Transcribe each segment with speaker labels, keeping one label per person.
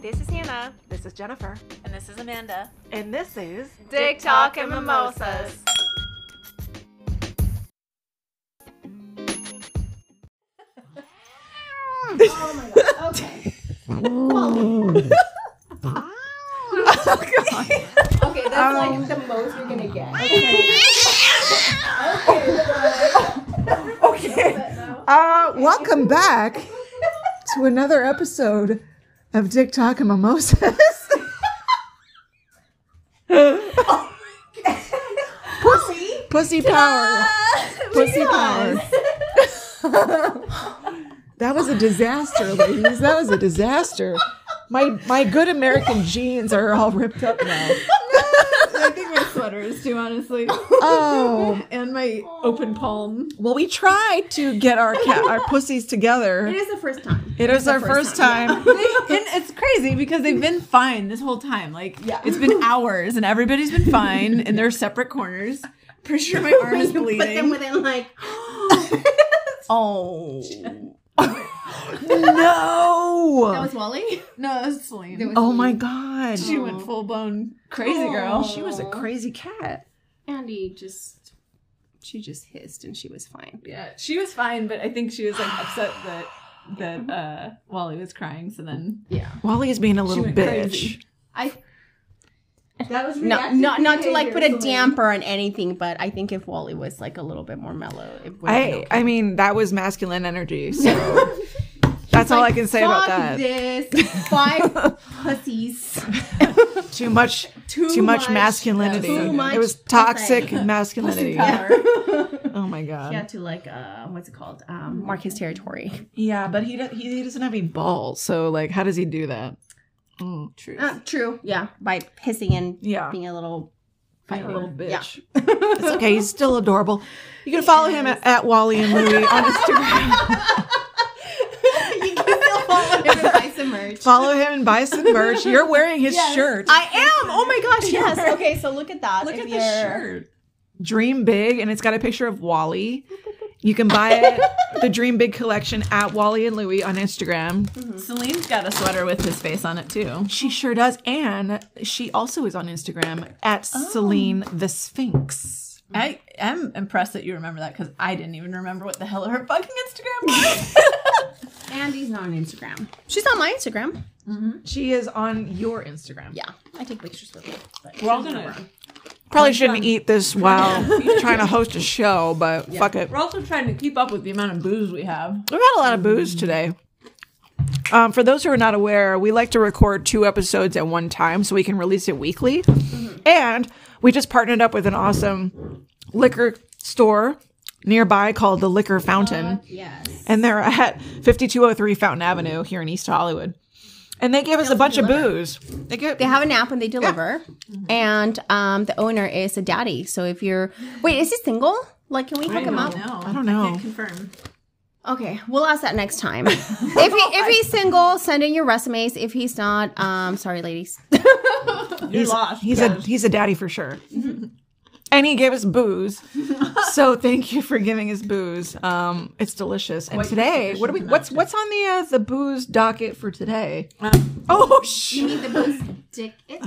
Speaker 1: This is Hannah,
Speaker 2: This is Jennifer.
Speaker 3: And this is Amanda.
Speaker 2: And this is
Speaker 1: Dick Talk and Mimosas.
Speaker 4: Oh my god. Okay. Well, okay, that's like the most you're gonna get. Okay.
Speaker 5: Uh, welcome back to another episode of Dick Talk and Mimosas. Pussy, pussy power, pussy power. that was a disaster, ladies. That was a disaster. My my good American jeans are all ripped up now.
Speaker 6: I think my sweater is too, honestly,
Speaker 5: Oh,
Speaker 6: and my open palm.
Speaker 5: well, we tried to get our cat, our pussies
Speaker 6: It
Speaker 5: together.
Speaker 6: is the first time,
Speaker 5: It is our first time.
Speaker 6: and it's crazy because they've been fine this whole time. Like, it's been hours, and everybody's been fine in their separate corners. Pretty sure my arm is bleeding.
Speaker 4: Put them within like
Speaker 6: oh
Speaker 5: No.
Speaker 4: that was Wally.
Speaker 6: no, that's Celine.
Speaker 4: There was
Speaker 5: oh
Speaker 4: me.
Speaker 5: my god.
Speaker 6: she went full blown crazy girl.
Speaker 4: She was a
Speaker 5: crazy cat.
Speaker 4: Andy just she just hissed and she was fine.
Speaker 6: Yeah, she was fine, but I think she was like upset that that uh Wally was crying. So then
Speaker 5: Wally is being a little
Speaker 6: went
Speaker 5: bitch.
Speaker 6: crazy.
Speaker 4: I
Speaker 6: that was
Speaker 4: no, not not to like put a damper on anything, but I think if Wally was like a little bit more mellow, it would.
Speaker 5: I I mean that was masculine energy. So that's all I can say about
Speaker 6: Uh,
Speaker 5: that.
Speaker 4: This five pussies.
Speaker 5: Too much too, much, masculinity.
Speaker 4: Too much
Speaker 5: it was toxic masculinity. Oh my god.
Speaker 4: He
Speaker 5: Yeah,
Speaker 4: had to like uh, what's it called? Um, mark his territory.
Speaker 5: but he, do- he he doesn't have any balls. So like how does he do that?
Speaker 6: True.
Speaker 4: Uh, true. Yeah, by pissing and
Speaker 5: Yeah.
Speaker 4: being a little.
Speaker 5: Being a little bitch.
Speaker 4: Yeah.
Speaker 5: It's okay. He's still adorable. You can follow him at, at Wally and Louie on Instagram.
Speaker 4: buy some merch.
Speaker 5: Follow him and buy some merch. You're wearing his shirt.
Speaker 4: I am. Oh my gosh. Yes. Okay. So look at that.
Speaker 6: Look
Speaker 4: If
Speaker 6: at the
Speaker 4: you're-
Speaker 6: shirt.
Speaker 5: Dream Big, and it's got a picture of Wally. You can buy it, the Dream Big collection at Wally and Louie on Instagram.
Speaker 6: Mm-hmm. Celine's got a sweater with his face on it too.
Speaker 5: She sure does. And she also is on Instagram at Celine the Sphinx.
Speaker 6: I am impressed that you remember that because I didn't even remember what the hell her fucking Instagram was.
Speaker 4: Andy's not on Instagram. She's on my Instagram.
Speaker 5: She is on your Instagram.
Speaker 4: Yeah, I take pictures with her.
Speaker 6: We're all gonna.
Speaker 5: Probably shouldn't eat this while trying to host a show, but fuck it.
Speaker 6: We're also trying to keep up with the amount of booze we have.
Speaker 5: We've had a lot of booze today. Um, for those who are not aware, we like to record two episodes at one time so we can release it weekly. And we just partnered up with an awesome liquor store nearby called the Liquor Fountain.
Speaker 4: Yes.
Speaker 5: And they're at 5203 Fountain Avenue here in East Hollywood. And they gave us a bunch of booze. They gave,
Speaker 4: They have an app and they deliver, and um, the owner is a daddy. So if you're wait, is he single? Like, can we hook him up?
Speaker 6: No,
Speaker 5: I don't know.
Speaker 6: confirm.
Speaker 4: Okay, we'll ask that next time. if he, if he's single, send in your resumes. If he's not, um, sorry, ladies.
Speaker 5: He's, he's a he's a daddy for sure. and he gave us booze. so thank you for giving us booze. Um, it's delicious. And today, what do we what's what's on the uh, the booze docket for today? oh shit.
Speaker 4: Need the boost dick.
Speaker 5: Ticket.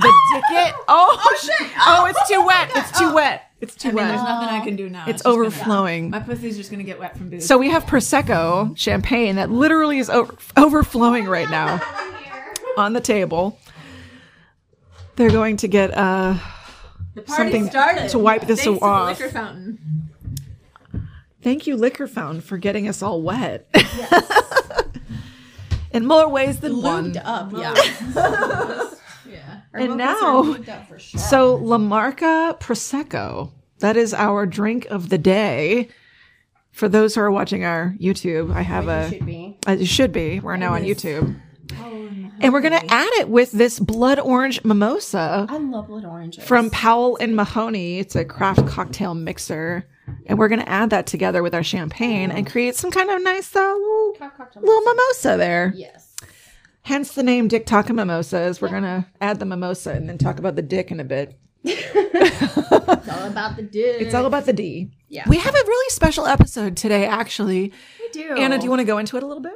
Speaker 5: Oh, shit. Oh, it's too wet. It's too wet. It's too
Speaker 6: I mean, there's
Speaker 5: wet.
Speaker 6: nothing I can do now.
Speaker 5: It's
Speaker 6: just gonna-
Speaker 5: overflowing.
Speaker 6: my pussy's just gonna get wet from booze.
Speaker 5: So we have prosecco champagne that literally is over- overflowing right now on the table. They're going to get uh
Speaker 6: the party
Speaker 5: something
Speaker 6: started
Speaker 5: to wipe this
Speaker 6: Thanks to the
Speaker 5: off.
Speaker 6: liquor fountain.
Speaker 5: Thank you, Liquor Fountain, for getting us all wet. In more ways than one.
Speaker 4: up. Yeah.
Speaker 6: Yeah.
Speaker 5: And now, so La Marca Prosecco. That is our drink of the day. For those who are watching our YouTube, I have a.
Speaker 4: Oh, Should be. Oh,
Speaker 5: Uh, It should be. We're now on YouTube. And we're going to add it with this blood orange mimosa
Speaker 4: I love blood oranges.
Speaker 5: from Powell and Mahoney. It's a craft cocktail mixer. And we're going to add that together with our champagne and create some kind of nice uh, little, little mimosa there.
Speaker 4: yes.
Speaker 5: Hence the name Dick Taka Mimosas. We're going to add the mimosa and then talk about the dick in a bit.
Speaker 4: It's all about the dick.
Speaker 5: It's all about the D.
Speaker 4: Yeah.
Speaker 5: We have a really special episode today, actually.
Speaker 4: do.
Speaker 5: Anna, do you want to go into it a little bit?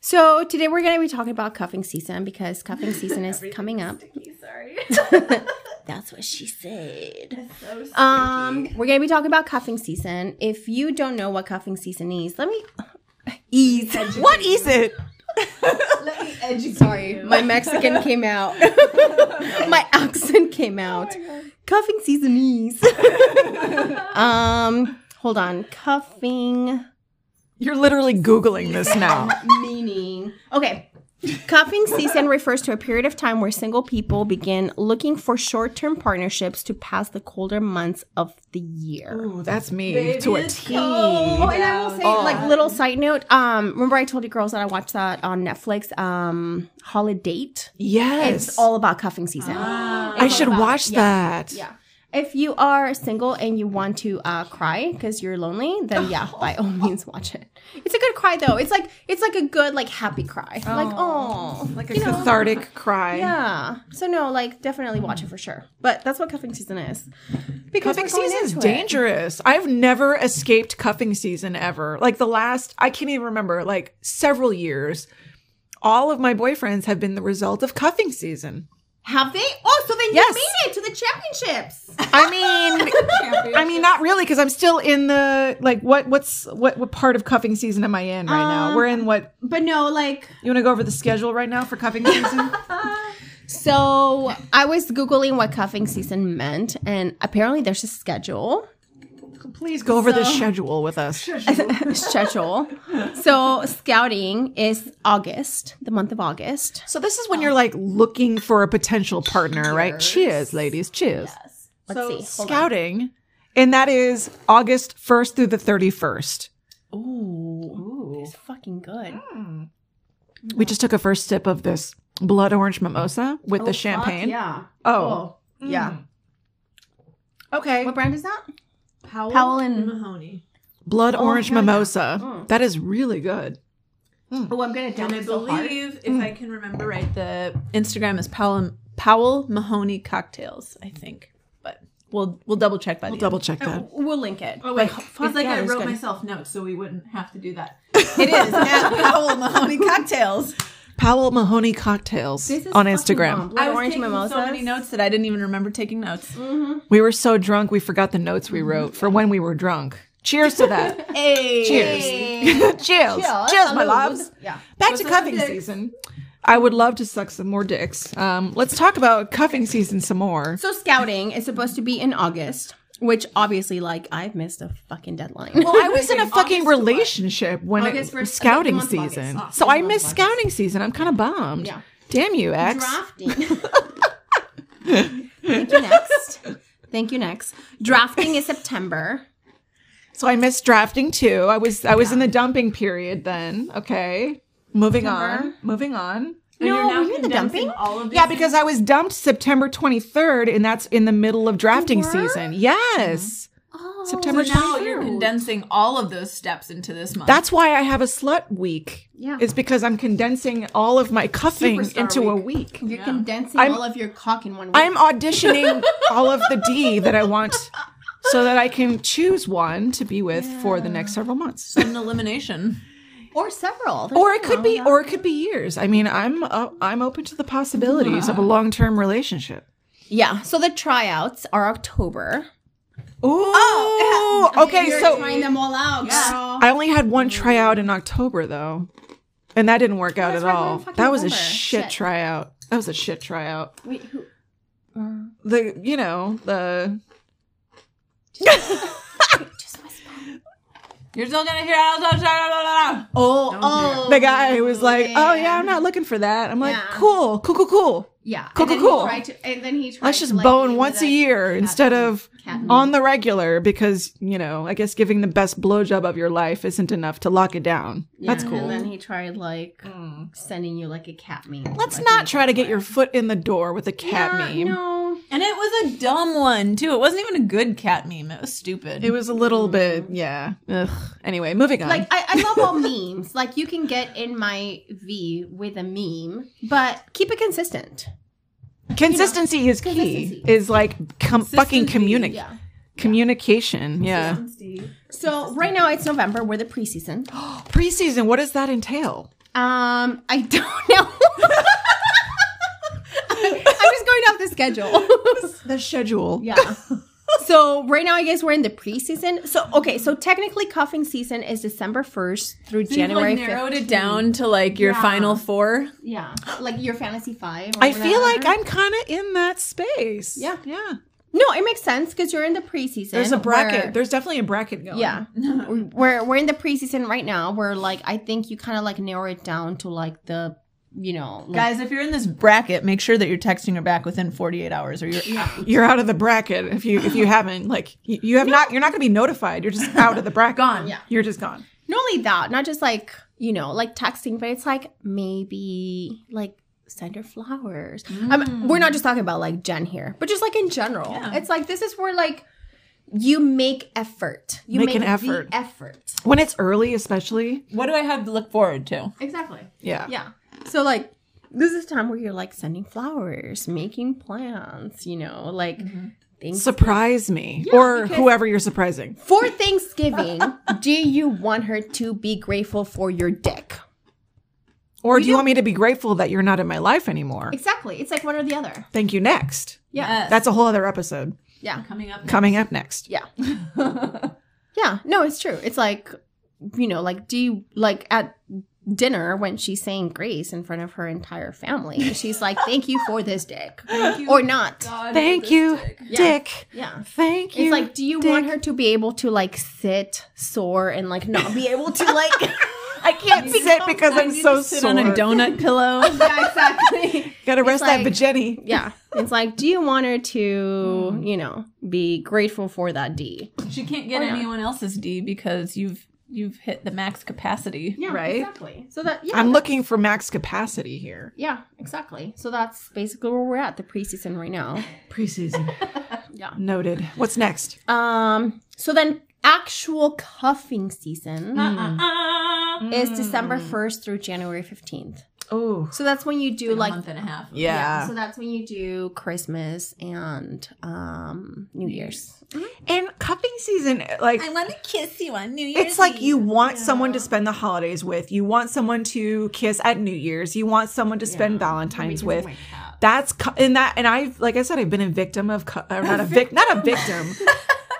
Speaker 4: So today we're going to be talking about cuffing season because cuffing season is coming up.
Speaker 1: Sorry.
Speaker 4: That's what she said.
Speaker 1: So s-
Speaker 4: Um, we're going to be talking about cuffing season. If you don't know what cuffing season is, let me ease.
Speaker 5: What is it?
Speaker 6: Let me educate
Speaker 4: Sorry, my Mexican came out. my accent came out. cuffing season is. um, hold on. Cuffing
Speaker 5: You're literally Googling this now.
Speaker 4: meaning. Okay. Cuffing season refers to a period of time where single people begin looking for short term partnerships to pass the colder months of the year.
Speaker 5: Ooh, that's me to a
Speaker 6: it's
Speaker 5: T.
Speaker 4: Oh, and I will say, like, little side note. Um, remember I told you girls that I watched that on Netflix, um, Holiday.
Speaker 5: Yes.
Speaker 4: It's all about cuffing season. It's
Speaker 5: I
Speaker 4: all
Speaker 5: should
Speaker 4: about-
Speaker 5: watch
Speaker 4: yeah.
Speaker 5: that.
Speaker 4: Yeah. If you are single and you want to uh, cry because you're lonely, then yeah, by all means, watch it. It's a good cry though. It's like it's like a good like happy cry. Like oh,
Speaker 5: Like a cathartic cry.
Speaker 4: yeah. So no, like definitely watch it for sure. But that's what cuffing season is. Because
Speaker 5: Cuffing
Speaker 4: we're going
Speaker 5: season is
Speaker 4: into it.
Speaker 5: dangerous. I've never escaped cuffing season ever. Like the last, I can't even remember, like several years. All of my boyfriends have been the result of cuffing season.
Speaker 4: Have they? Oh, so then
Speaker 5: Yes.
Speaker 4: you made it to the championships.
Speaker 5: I mean, I mean, not really, because I'm still in the like what what's what what part of cuffing season am I in right now? We're in what
Speaker 4: But no, like
Speaker 5: you want to go over the schedule right now for cuffing season?
Speaker 4: so I was googling what cuffing season meant, and apparently there's a schedule.
Speaker 5: Please go over the schedule with us.
Speaker 4: schedule. So scouting is August, the month of August.
Speaker 5: So this is when you're like looking for a potential partner, right? Cheers, ladies. Cheers.
Speaker 4: Let's see. Hold on.
Speaker 5: Scouting, and that is August 1st through the 31st.
Speaker 4: It's fucking good.
Speaker 5: We just took a first sip of this blood orange mimosa with the champagne.
Speaker 4: yeah.
Speaker 5: Oh,
Speaker 4: Yeah.
Speaker 5: okay.
Speaker 4: What brand is that?
Speaker 6: Powell,
Speaker 4: Powell and-
Speaker 6: Mahoney.
Speaker 5: Blood orange
Speaker 4: hell Oh, yeah. Mm.
Speaker 5: mimosa. That is really good.
Speaker 4: Oh, I'm gonna down
Speaker 6: And I believe, if
Speaker 5: Mm.
Speaker 6: I can remember right, the Instagram is Powell Powell Mahoney Cocktails. I think, but we'll we'll double check by the
Speaker 5: Double check that.
Speaker 4: We'll link it.
Speaker 6: Oh wait, it's like
Speaker 5: yeah,
Speaker 6: I
Speaker 5: it's
Speaker 6: wrote
Speaker 5: good.
Speaker 6: myself notes, so we wouldn't have to do that. It is at Powell Mahoney Cocktails.
Speaker 5: Powell Mahoney Cocktails on Instagram.
Speaker 4: Blood
Speaker 6: I was
Speaker 4: orange
Speaker 6: taking
Speaker 4: mimosa.
Speaker 6: so many notes that I didn't even remember taking notes.
Speaker 5: We were so drunk, we forgot the notes we wrote for when we were drunk. Cheers to that.
Speaker 4: Hey.
Speaker 5: Cheers. Cheers. Cheers, my loves.
Speaker 4: Yeah.
Speaker 5: Back to cuffing season. I would love to suck some more dicks. Um, let's talk about cuffing season some more.
Speaker 4: So scouting is supposed to be in August, which obviously, like, I've missed a fucking deadline.
Speaker 5: Well, I was in a fucking relationship when
Speaker 4: August
Speaker 5: it was
Speaker 4: first,
Speaker 5: scouting
Speaker 4: like the month of
Speaker 5: season.
Speaker 4: August.
Speaker 5: So I missed scouting season. I'm kind of bummed.
Speaker 4: Yeah.
Speaker 5: Damn you, ex.
Speaker 4: Drafting. Thank you next. Thank you next. Drafting is September.
Speaker 5: So I missed drafting too. I was I was in the dumping period then. Okay. Moving on. Moving on.
Speaker 6: And
Speaker 4: No,
Speaker 6: you're now
Speaker 4: were you in the
Speaker 6: condensing
Speaker 4: dumping?
Speaker 6: All of these
Speaker 5: Yeah, because I was dumped September 23rd and that's in the middle of drafting
Speaker 4: were? Oh,
Speaker 5: season. Yes. September
Speaker 6: So now
Speaker 5: 23rd.
Speaker 6: you're condensing all of those steps into this month.
Speaker 5: That's why I have a slut week.
Speaker 4: Yeah.
Speaker 5: It's because I'm condensing all of my cuffing
Speaker 6: Superstar
Speaker 5: into a week.
Speaker 4: You're condensing all of your cock in one week.
Speaker 5: I'm auditioning all of the D that I want so that I can choose one to be with for the next several months.
Speaker 6: an elimination.
Speaker 4: or several. There's
Speaker 5: Or it
Speaker 4: nothing
Speaker 5: could
Speaker 4: wrong
Speaker 5: be
Speaker 4: with that.
Speaker 5: or it could be years. I mean, I'm uh, I'm open to the possibilities of a long-term relationship.
Speaker 4: Yeah. So the tryouts are October.
Speaker 5: Ooh. okay,
Speaker 4: Oh, You're
Speaker 5: so
Speaker 4: trying them all out, girl.
Speaker 5: I only had one tryout in October though. And that didn't work out at
Speaker 4: right, we're in
Speaker 5: all.
Speaker 4: fucking
Speaker 5: That was a
Speaker 4: November.
Speaker 5: shit,
Speaker 4: Shit.
Speaker 5: tryout. That was a shit tryout.
Speaker 4: Wait, who?
Speaker 5: The you know, the
Speaker 4: Just whisper.
Speaker 6: You're still gonna hear all those- blah, blah, blah, blah.
Speaker 4: Oh, oh,
Speaker 5: the guy who was like, "Oh yeah, I'm not looking for that." I'm like,
Speaker 4: Yeah.
Speaker 5: "Cool, cool, cool, cool."
Speaker 4: yeah.
Speaker 5: Cool,
Speaker 4: And then
Speaker 5: cool,
Speaker 4: he
Speaker 5: cool.
Speaker 4: tried to- and then he tried.
Speaker 5: Let's just
Speaker 4: to, like,
Speaker 5: bone
Speaker 4: leave
Speaker 5: once
Speaker 4: it
Speaker 5: a
Speaker 4: at-
Speaker 5: year instead of
Speaker 4: Catnip.
Speaker 5: on the regular because, you know, I guess giving the best blowjob of your life isn't enough to lock it down. That's
Speaker 4: Yeah,
Speaker 5: cool.
Speaker 4: And then he tried like sending you like a cat meme.
Speaker 5: Let's
Speaker 4: Like,
Speaker 5: not try to get your foot in the door with a cat
Speaker 4: yeah,
Speaker 5: meme.
Speaker 4: No.
Speaker 6: And it was a dumb one too. It wasn't even a good cat meme. It was stupid.
Speaker 5: It was a little bit, yeah. Ugh. Anyway, moving on.
Speaker 4: Like I, I love all memes. Like you can get in my V with a meme, but keep it consistent.
Speaker 5: consistency is key.
Speaker 4: Consistency.
Speaker 5: Is like com- fucking communic-
Speaker 4: Yeah.
Speaker 5: communication. Yeah.
Speaker 4: So right now it's November. We're the preseason.
Speaker 5: Preseason, what does that entail?
Speaker 4: Um, I don't know. I'm just going off the schedule.
Speaker 5: The schedule.
Speaker 4: yeah. So right now, I guess we're in the preseason. So okay, so technically, cuffing season is December 1st through January
Speaker 6: like narrowed
Speaker 4: 5th.
Speaker 6: it down to like your
Speaker 4: Yeah.
Speaker 6: final four.
Speaker 4: Yeah, like your fantasy five. or
Speaker 5: I feel
Speaker 4: whatever.
Speaker 5: like I'm kind of in that space.
Speaker 4: Yeah.
Speaker 5: Yeah.
Speaker 4: No, it makes sense because you're in the preseason.
Speaker 5: There's a bracket.
Speaker 4: where-
Speaker 5: There's definitely a bracket going.
Speaker 4: yeah, we're we're in the preseason right now. Where like I think you kind of like narrow it down to like the you know like,
Speaker 6: Guys, if you're in this bracket, make sure that you're texting her back within 48 hours or you're out.
Speaker 5: You're out of the bracket if you if you haven't like you, you have not you're not going to be notified. You're just out of the bracket.
Speaker 6: Gone. Yeah.
Speaker 5: You're just gone.
Speaker 4: not only that, not just like you know like texting, but it's like maybe like send her flowers. Um, we're not just talking about like Jen here, but just like in general, it's like this is where like you make effort. You
Speaker 5: Make an
Speaker 4: the
Speaker 5: effort.
Speaker 4: effort.
Speaker 5: When it's early, especially.
Speaker 6: What do I have to look forward to?
Speaker 4: Exactly.
Speaker 5: Yeah.
Speaker 4: Yeah. So like this is time where you're like sending flowers, making plans, you know, like things
Speaker 5: Surprise me or
Speaker 4: because-
Speaker 5: whoever you're surprising.
Speaker 4: for Thanksgiving. do you want her to be grateful for your dick?
Speaker 5: Or do you want me to be grateful that you're not in my life anymore?
Speaker 4: Exactly. It's like one or the other.
Speaker 5: Thank you next.
Speaker 6: Yeah.
Speaker 5: That's a whole other episode
Speaker 4: Yeah.
Speaker 6: coming up.
Speaker 5: coming up next.
Speaker 4: Yeah. yeah. No, it's true. It's like you know, like do you like at dinner when she's saying grace in front of her entire family, she's like, Thank you for this dick. or not.
Speaker 5: Thank you, Dick.
Speaker 4: Yeah.
Speaker 5: Thank you.
Speaker 4: It's like, do you want her to be able to like sit sore and like not be able to like? I can't
Speaker 5: Sit because I'm so
Speaker 6: Sit
Speaker 5: sore.
Speaker 6: on a donut pillow.
Speaker 4: Yeah, exactly.
Speaker 5: Gotta rest
Speaker 4: It's
Speaker 5: that
Speaker 4: like-
Speaker 5: vagina.
Speaker 4: yeah, it's like, do you want her to, you know, be grateful for that D?
Speaker 6: she can't get anyone else's D because you've you've hit the max capacity.
Speaker 5: Right?
Speaker 4: Exactly. So that yeah,
Speaker 5: I'm looking for max capacity here.
Speaker 4: yeah, exactly. So that's basically where we're at the preseason right now.
Speaker 5: Preseason.
Speaker 4: Yeah.
Speaker 5: Noted. What's next?
Speaker 4: Um. So then, actual cuffing season
Speaker 6: Mm. Uh-uh. Mm-hmm.
Speaker 4: is December first through January fifteenth.
Speaker 5: Oh.
Speaker 4: So that's when you do like
Speaker 6: and a half.
Speaker 5: Yeah.
Speaker 4: So that's when you do Christmas and um New Year's.
Speaker 5: And cupping season, like
Speaker 6: want to kiss you on New Year's.
Speaker 5: it's like you want someone to spend the holidays with. You want someone to kiss at New Year's. You want someone to spend Valentine's with. That's cu- and that and I've like I said I've been a victim of cu- or not a vic not a victim.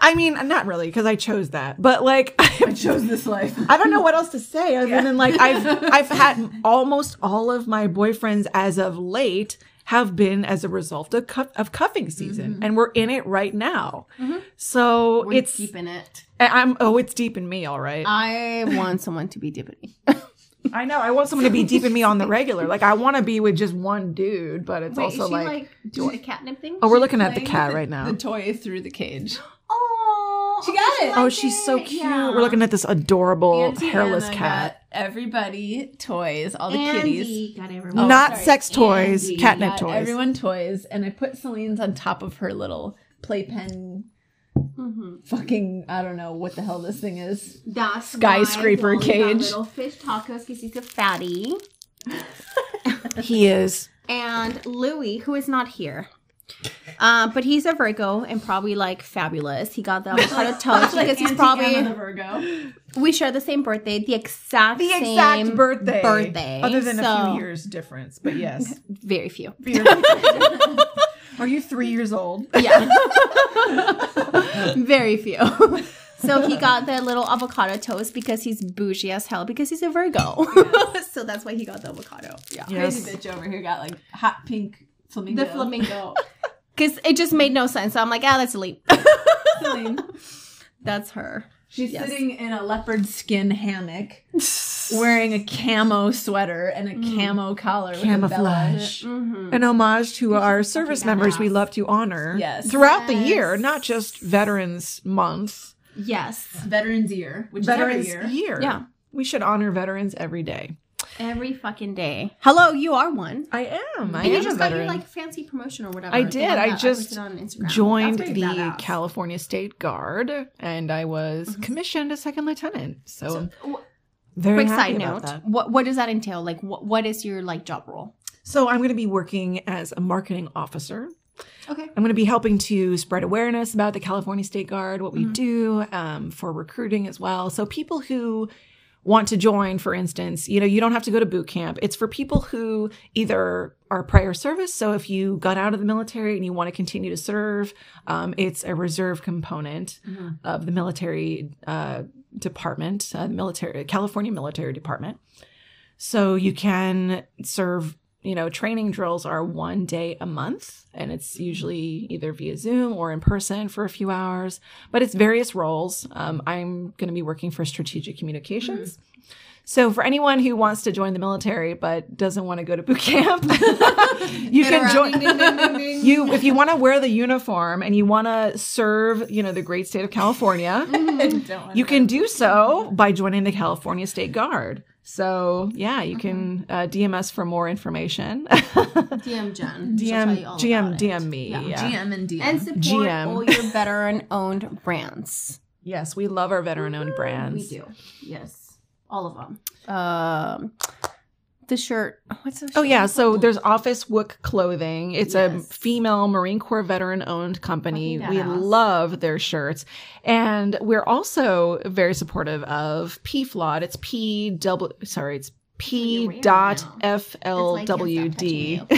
Speaker 5: I mean, not really because I chose that, but like I
Speaker 6: chose this life.
Speaker 5: I don't know what else to say other than like I've I've had almost all of my boyfriends as of late have been as a result of cuff, of cuffing season,
Speaker 6: Mm-hmm.
Speaker 5: and we're in it right now. So it's
Speaker 4: deep in it.
Speaker 5: I- I'm oh it's deep in me, all right.
Speaker 6: Um,
Speaker 4: I want someone to be deep in me.
Speaker 5: I know I want someone to be deep in me on the regular. Like I want to be with just one dude, but it's also like,
Speaker 4: doing the catnip thing?
Speaker 5: oh we're looking at the cat right now.
Speaker 6: The toy through the cage.
Speaker 4: oh,
Speaker 6: She got it.
Speaker 5: Oh, she's so cute. We're looking at this adorable
Speaker 6: Auntie
Speaker 5: hairless
Speaker 6: Anna
Speaker 5: cat.
Speaker 6: got Everybody toys, all the kitties.
Speaker 4: Andy got everyone.
Speaker 5: Oh. Not sex toys, catnip
Speaker 6: Oh, Got
Speaker 5: toys.
Speaker 6: Everyone toys, and I put Celine's on top of her little playpen. Fucking, I don't know what the hell this thing is.
Speaker 4: Mm-hmm. That's
Speaker 6: Skyscraper
Speaker 4: why Dolly got
Speaker 6: cage.
Speaker 4: Little fish tacos because he's a fatty.
Speaker 5: He is.
Speaker 4: and Louis, who is not here. Uh, but he's a Virgo and probably like fabulous. He got the avocado toast because he's probably
Speaker 6: Virgo.
Speaker 4: we share the same birthday, the exact
Speaker 5: the exact
Speaker 4: same
Speaker 5: birthday.
Speaker 4: birthday,
Speaker 5: Other than a
Speaker 4: so-
Speaker 5: few years difference, but yes.
Speaker 4: Very few.
Speaker 5: Are you three years old?
Speaker 4: Yeah. Very few. So he got the little avocado toast because he's bougie as hell because he's a Virgo. so that's why he got the avocado. Yeah.
Speaker 6: Crazy bitch over here got like hot pink flamingo.
Speaker 4: The flamingo. Because it just made no sense. So I'm like, ah, that's elite.
Speaker 6: Celine.
Speaker 4: That's her.
Speaker 6: She's sitting in a leopard skin hammock, wearing a camo sweater and a camo collar. with a bell on
Speaker 5: Camouflage. An homage to our service members we love to honor
Speaker 6: Yes.
Speaker 5: throughout the year, not just Veterans Month,
Speaker 4: Yes.
Speaker 6: it. Veterans Year, which
Speaker 5: Veterans
Speaker 6: is
Speaker 5: Year.
Speaker 6: every year.
Speaker 4: Yeah.
Speaker 5: We should honor veterans every day.
Speaker 4: Every fucking day. Hello, you are one.
Speaker 5: I am. I am
Speaker 4: And you
Speaker 5: a
Speaker 4: just got your
Speaker 5: veteran.
Speaker 4: like fancy promotion or whatever.
Speaker 5: I
Speaker 4: The
Speaker 5: did.
Speaker 4: one
Speaker 5: I
Speaker 4: that
Speaker 5: just
Speaker 4: posted on Instagram.
Speaker 5: joined
Speaker 4: That's
Speaker 5: the
Speaker 4: pretty badass.
Speaker 5: California State Guard and I was commissioned a second lieutenant. Mm-hmm. So, I'm
Speaker 4: w-
Speaker 5: very
Speaker 4: Quick
Speaker 5: happy
Speaker 4: side
Speaker 5: about
Speaker 4: note:
Speaker 5: that.
Speaker 4: what what does that entail? Like, what what is your like job role?
Speaker 5: So I'm going to be working as a marketing officer.
Speaker 4: Okay.
Speaker 5: I'm going to be helping to spread awareness about the California State Guard, what we do um, for recruiting as well. So people who want to join, for instance, you know, you don't have to go to boot camp. It's for people who either are prior service. So if you got out of the military and you want to continue to serve, um, it's a reserve component of the military uh, department, uh, military California military department. So you can serve, you know, training drills are one day a month, and it's usually either via Zoom or in person for a few hours, but it's various roles. Um, I'm going to be working for strategic communications. So for anyone who wants to join the military but doesn't want to go to boot camp, you can join. You, if you want to wear the uniform and you want to serve, you know, the great state of California, you can do so by joining the California State Guard. So yeah, you can uh, DM us for more information. DM
Speaker 4: DM Jen.
Speaker 5: GM DM me. Yeah.
Speaker 6: GM and DM.
Speaker 4: And support
Speaker 5: GM.
Speaker 4: all your veteran-owned brands.
Speaker 5: Yes, we love our veteran-owned brands.
Speaker 1: Yes. All of them.
Speaker 4: Um, the shirt. What's the shirt?
Speaker 5: Oh yeah, so there's Office Wook Clothing. It's a female Marine Corps veteran-owned company. We love their shirts, and we're also very supportive of PFLOD. It's P double. Sorry, it's P dot F L W D.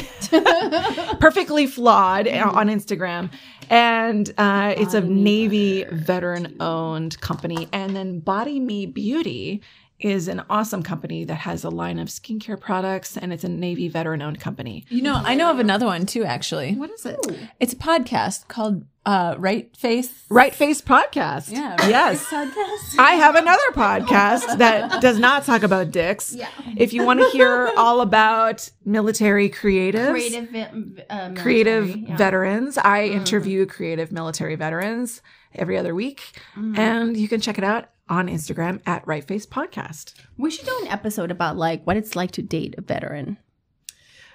Speaker 5: perfectly flawed on Instagram. And uh, it's a Navy veteran owned company. And then Body Me Beauty is an awesome company that has a line of skincare products and it's a Navy veteran owned company.
Speaker 6: You know, I know of another one too, actually.
Speaker 5: What is it?
Speaker 6: It's a podcast called uh, Right Face.
Speaker 5: Right Face Podcast.
Speaker 6: Yeah, Right
Speaker 5: yes. I have another podcast that does not talk about dicks. Yeah. If you want to hear all about military creatives,
Speaker 1: Creative. vi- Uh, military,
Speaker 5: creative
Speaker 1: yeah.
Speaker 5: veterans. I
Speaker 4: Mm.
Speaker 5: interview creative military veterans every other week,
Speaker 4: Mm-hmm.
Speaker 5: and you can check it out on Instagram at Right Face Podcast.
Speaker 4: We should do an episode about like what it's like to date a veteran.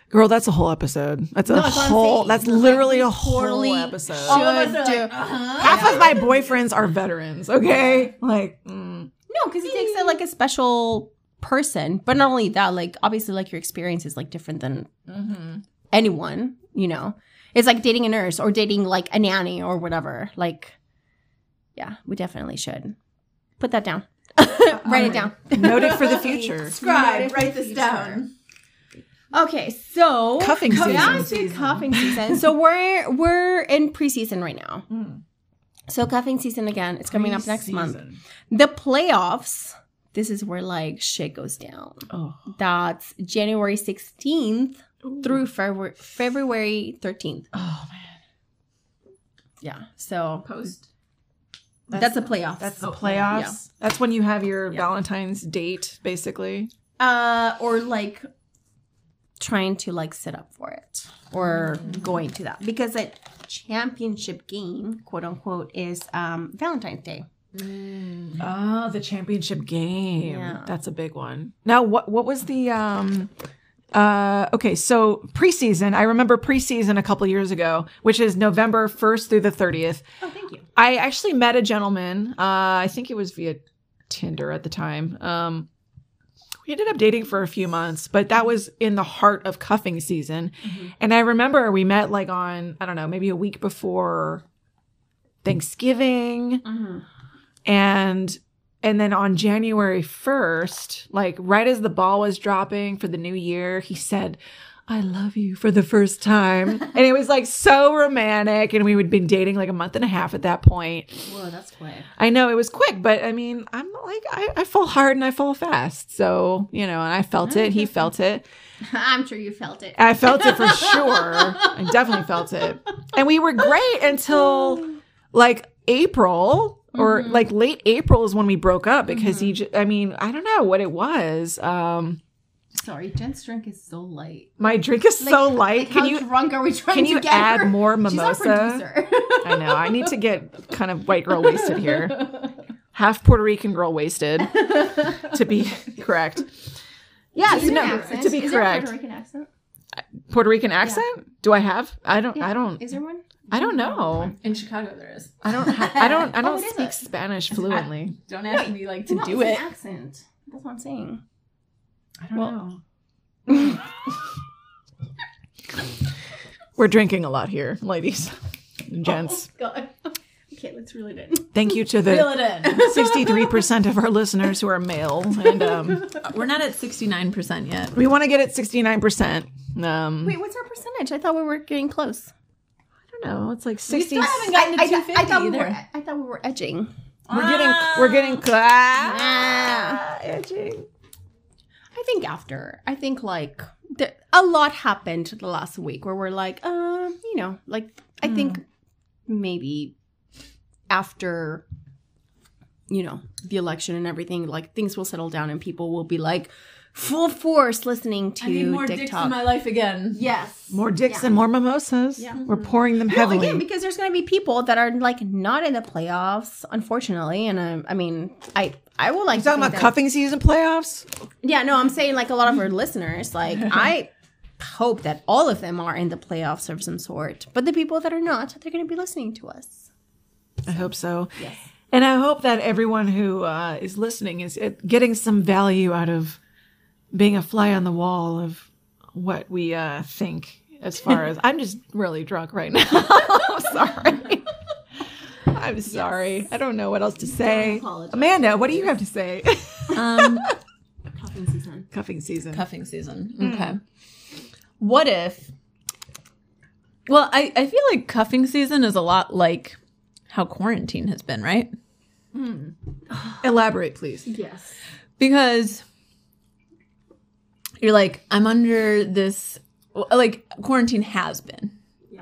Speaker 5: Girl, that's a whole episode. That's a
Speaker 4: that's what I'm
Speaker 5: whole.
Speaker 4: saying.
Speaker 5: That's literally a
Speaker 4: totally
Speaker 5: whole episode.
Speaker 4: Should do.
Speaker 6: uh-huh.
Speaker 5: Half of my boyfriends are veterans. Okay, like mm,
Speaker 4: No, because it takes a, like a special person. But not only that, like obviously, like your experience is like different than anyone. You know, it's like dating a nurse or dating like a nanny or whatever. Like, yeah, we definitely should put that down. Write it down.
Speaker 5: noted for the future.
Speaker 6: Subscribe. Write this down.
Speaker 4: Okay, so
Speaker 5: Cuffing
Speaker 4: come
Speaker 5: season.
Speaker 4: back to cuffing season. so we're we're in preseason right now.
Speaker 5: Hmm.
Speaker 4: So cuffing season again. It's coming up next month. The playoffs. This is where like shit goes down.
Speaker 5: Oh.
Speaker 4: That's January sixteenth through February February thirteenth.
Speaker 5: Oh man,
Speaker 4: Yeah. So
Speaker 1: Post.
Speaker 4: that's, the playoffs.
Speaker 5: that's the playoffs. That's when you have your Valentine's date, basically.
Speaker 4: uh or like trying to like sit up for it or going to that because a championship game quote unquote is um valentine's day
Speaker 5: Oh, the championship game.
Speaker 4: Yeah.
Speaker 5: That's a big one. Now, what what was the um uh okay, so preseason, I remember preseason a couple years ago, which is November 1st through the 30th.
Speaker 1: Oh, thank you.
Speaker 5: I actually met a gentleman. Uh I think it was via Tinder at the time. Um we ended up dating for a few months, but that was in the heart of cuffing season.
Speaker 1: Mm-hmm.
Speaker 5: And I remember we met like on, I don't know, maybe a week before Thanksgiving
Speaker 1: Mm-hmm.
Speaker 5: and and then on January 1st, like right as the ball was dropping for the new year, he said, I love you for the first time. and it was like so romantic. And we had been dating like a month and a half at that point.
Speaker 1: Whoa, that's quick.
Speaker 5: I know it was quick, but I mean, I'm like, I, I fall hard and I fall fast. So, you know, and I felt it. He felt it.
Speaker 4: i'm sure you felt it
Speaker 5: I felt it for sure. I definitely felt it. And we were great until like April or
Speaker 1: Mm-hmm.
Speaker 5: like late April is when we broke up because he just, I mean, I don't know what it was. Um
Speaker 1: Sorry, Jen's drink is so light.
Speaker 5: my drink is so light. can
Speaker 1: How
Speaker 5: you
Speaker 1: drunk are we trying
Speaker 5: can
Speaker 1: to
Speaker 5: you
Speaker 1: get
Speaker 5: add
Speaker 1: her?
Speaker 5: more
Speaker 1: She's our
Speaker 5: mimosa?
Speaker 1: producer.
Speaker 5: I know. I need to get kind of white girl wasted here. Half Puerto Rican girl wasted to be correct. Yes,
Speaker 1: Is there an
Speaker 5: no,
Speaker 1: accent?
Speaker 5: to be
Speaker 1: Is there a
Speaker 5: correct.
Speaker 1: Puerto Rican accent?
Speaker 5: Puerto Rican accent? Do I have? I don't I don't
Speaker 1: Is there one?
Speaker 5: I don't know.
Speaker 6: In Chicago, there is.
Speaker 5: I don't. Ha- I don't. I don't
Speaker 1: it is
Speaker 5: speak
Speaker 1: a-
Speaker 5: Spanish fluently.
Speaker 6: Don't ask me like to
Speaker 1: No,
Speaker 6: do
Speaker 1: it's
Speaker 6: it.
Speaker 1: an accent. That's what I'm saying.
Speaker 5: I don't know. We're drinking a lot here, ladies, and gents.
Speaker 1: God. Okay, let's reel it in.
Speaker 5: Thank you to
Speaker 6: Fill
Speaker 5: the
Speaker 6: it in.
Speaker 5: 63% of our listeners who are male. And um,
Speaker 6: We're not at 69% yet.
Speaker 5: we want to get at 69%. Um,
Speaker 4: Wait, what's our percentage? I thought we were getting close.
Speaker 5: I don't know. It's like 60.
Speaker 6: I haven't gotten to
Speaker 4: I, thought-
Speaker 6: 250
Speaker 4: I thought we
Speaker 6: either.
Speaker 4: were. I thought we were edging.
Speaker 5: We're getting, we're getting,
Speaker 4: Ah.
Speaker 5: ah, edging.
Speaker 4: I think after. I think like there, a lot happened the last week where we're like, um, you know, like I think maybe after you know the election and everything, like things will settle down and people will be like full force listening to
Speaker 6: I need more dicks
Speaker 4: TikTok.
Speaker 6: in my life again.
Speaker 4: yes.
Speaker 5: More dicks and more mimosas. Yeah. We're pouring them
Speaker 4: Well,
Speaker 5: heavily.
Speaker 4: again, because there's going to be people that are like not in the playoffs, unfortunately, and uh, I, I mean, I I would like to
Speaker 5: talking
Speaker 4: think
Speaker 5: about
Speaker 4: that-
Speaker 5: cuffing season playoffs?
Speaker 4: Yeah, no, I'm saying like a lot of our listeners, like I hope that all of them are in the playoffs of some sort. But the people that are not, they're going to be listening to us.
Speaker 5: I hope so. And I hope that everyone who uh, is listening is uh, getting some value out of being a fly on the wall of what we uh, think. As far as I'm just really drunk right now. I'm sorry. I'm sorry. I don't know what else to say.
Speaker 1: apologize.
Speaker 5: Amanda, what do you have to say?
Speaker 6: Um,
Speaker 1: Cuffing season.
Speaker 5: Cuffing season.
Speaker 6: cuffing season.
Speaker 5: Hmm.
Speaker 6: Okay. What if? Well, I, I feel like cuffing season is a lot like how quarantine has been, right?
Speaker 5: Hmm. Elaborate, please.
Speaker 1: Yes.
Speaker 6: Because you're like, I'm under this, well, like, quarantine has been.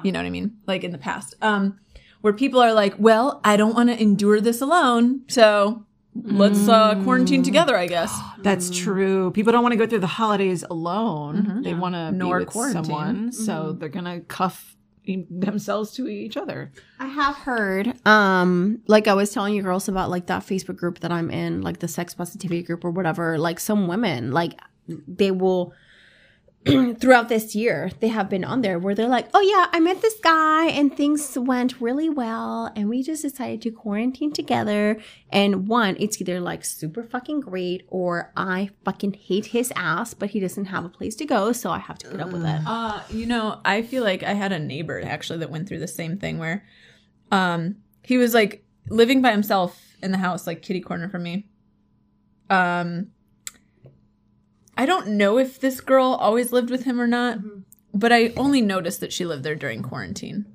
Speaker 6: You know what I mean? Like in the past. Um, where people are like, well, I don't want to endure this alone. So let's uh,
Speaker 5: Hmm.
Speaker 6: quarantine together, I guess.
Speaker 5: That's true. People don't want to go through the holidays alone. they want to
Speaker 6: Nor
Speaker 5: be with
Speaker 6: quarantine.
Speaker 5: someone, so they're gonna cuff e- themselves to each other.
Speaker 4: I have heard, um, like I was telling you girls about like that Facebook group that I'm in, like the sex positivity group or whatever, like some women, like they will throughout this year, they have been on there where they're like, Oh yeah, I met this guy and things went really well and we just decided to quarantine together and one, it's either like super fucking great or I fucking hate his ass, but he doesn't have a place to go, so I have to put up with it.
Speaker 6: Uh, you know, I feel like I had a neighbor actually that went through the same thing where um he was like living by himself in the house, like kitty corner from me. Um I don't know if this girl always lived with him or not, but I only noticed that she lived there during quarantine.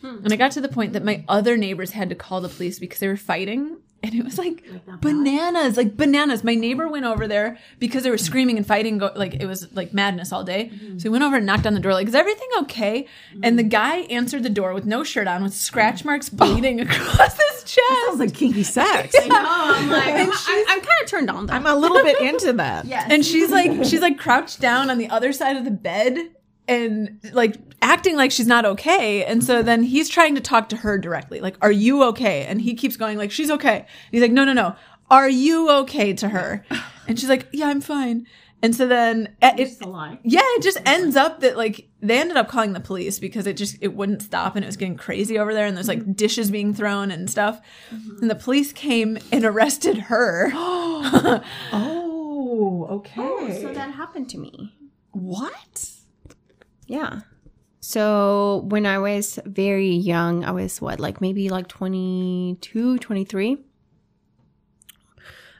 Speaker 6: And I got to the point that my other neighbors had to call the police because they were fighting. And it was like bananas, like bananas. My neighbor went over there because they were screaming and fighting. Go- like it was like madness all day. So he went over and knocked on the door, like, is everything okay? And the guy answered the door with no shirt on, with scratch marks bleeding across his chest.
Speaker 5: Sounds like kinky sex.
Speaker 4: I, I'm kind of turned on though.
Speaker 5: I'm a little bit into that.
Speaker 1: Yes.
Speaker 6: And she's like, she's like crouched down on the other side of the bed and like acting like she's not okay. And so then he's trying to talk to her directly, like, are you okay? And he keeps going, like, she's okay. And he's like, no, no, no. Are you okay to her? And she's like, yeah, I'm fine. And so then uh, it,
Speaker 1: it's a lie.
Speaker 6: yeah, it just ends up that like they ended up calling the police because it just it wouldn't stop and it was getting crazy over there and there's like dishes being thrown and stuff. And the police came and arrested her.
Speaker 5: Oh, okay.
Speaker 4: so that happened to me.
Speaker 5: what?
Speaker 4: Yeah. So when I was very young, I was what, like maybe like 22, 23?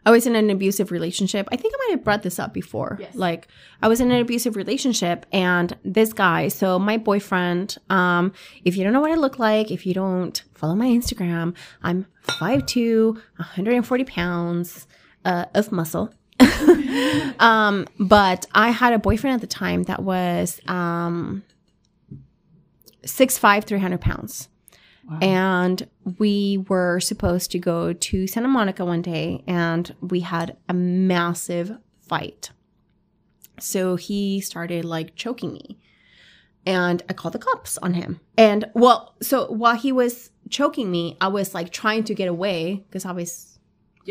Speaker 4: I was in an abusive relationship. I think I might have brought this up before.
Speaker 1: Yes.
Speaker 4: Like I was in an abusive relationship and this guy, so my boyfriend, um, if you don't know what I look like, if you don't follow my Instagram, I'm 5'2, 140 pounds uh, of muscle. um, but I had a boyfriend at the time that was um, 6'5, 300 pounds. And we were supposed to go to Santa Monica one day and we had a massive fight. So he started like choking me. And I called the cops on him. And well, so while he was choking me, I was like trying to get away because I was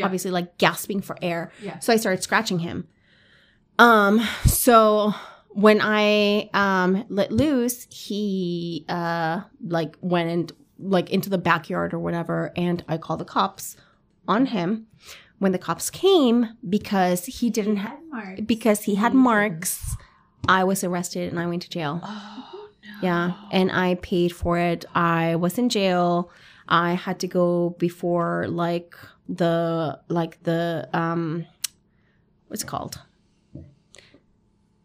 Speaker 4: obviously like gasping for air.
Speaker 1: Yeah.
Speaker 4: So I started scratching him. Um, so when I um let loose, he uh like went and like into the backyard or whatever, and I called the cops on him. When the cops came, because he didn't have
Speaker 1: Mark.
Speaker 4: because he had marks, I was arrested and I Oh, went to jail. Yeah, and I paid for it. I was in jail. I had to go before like the like the um what's it called?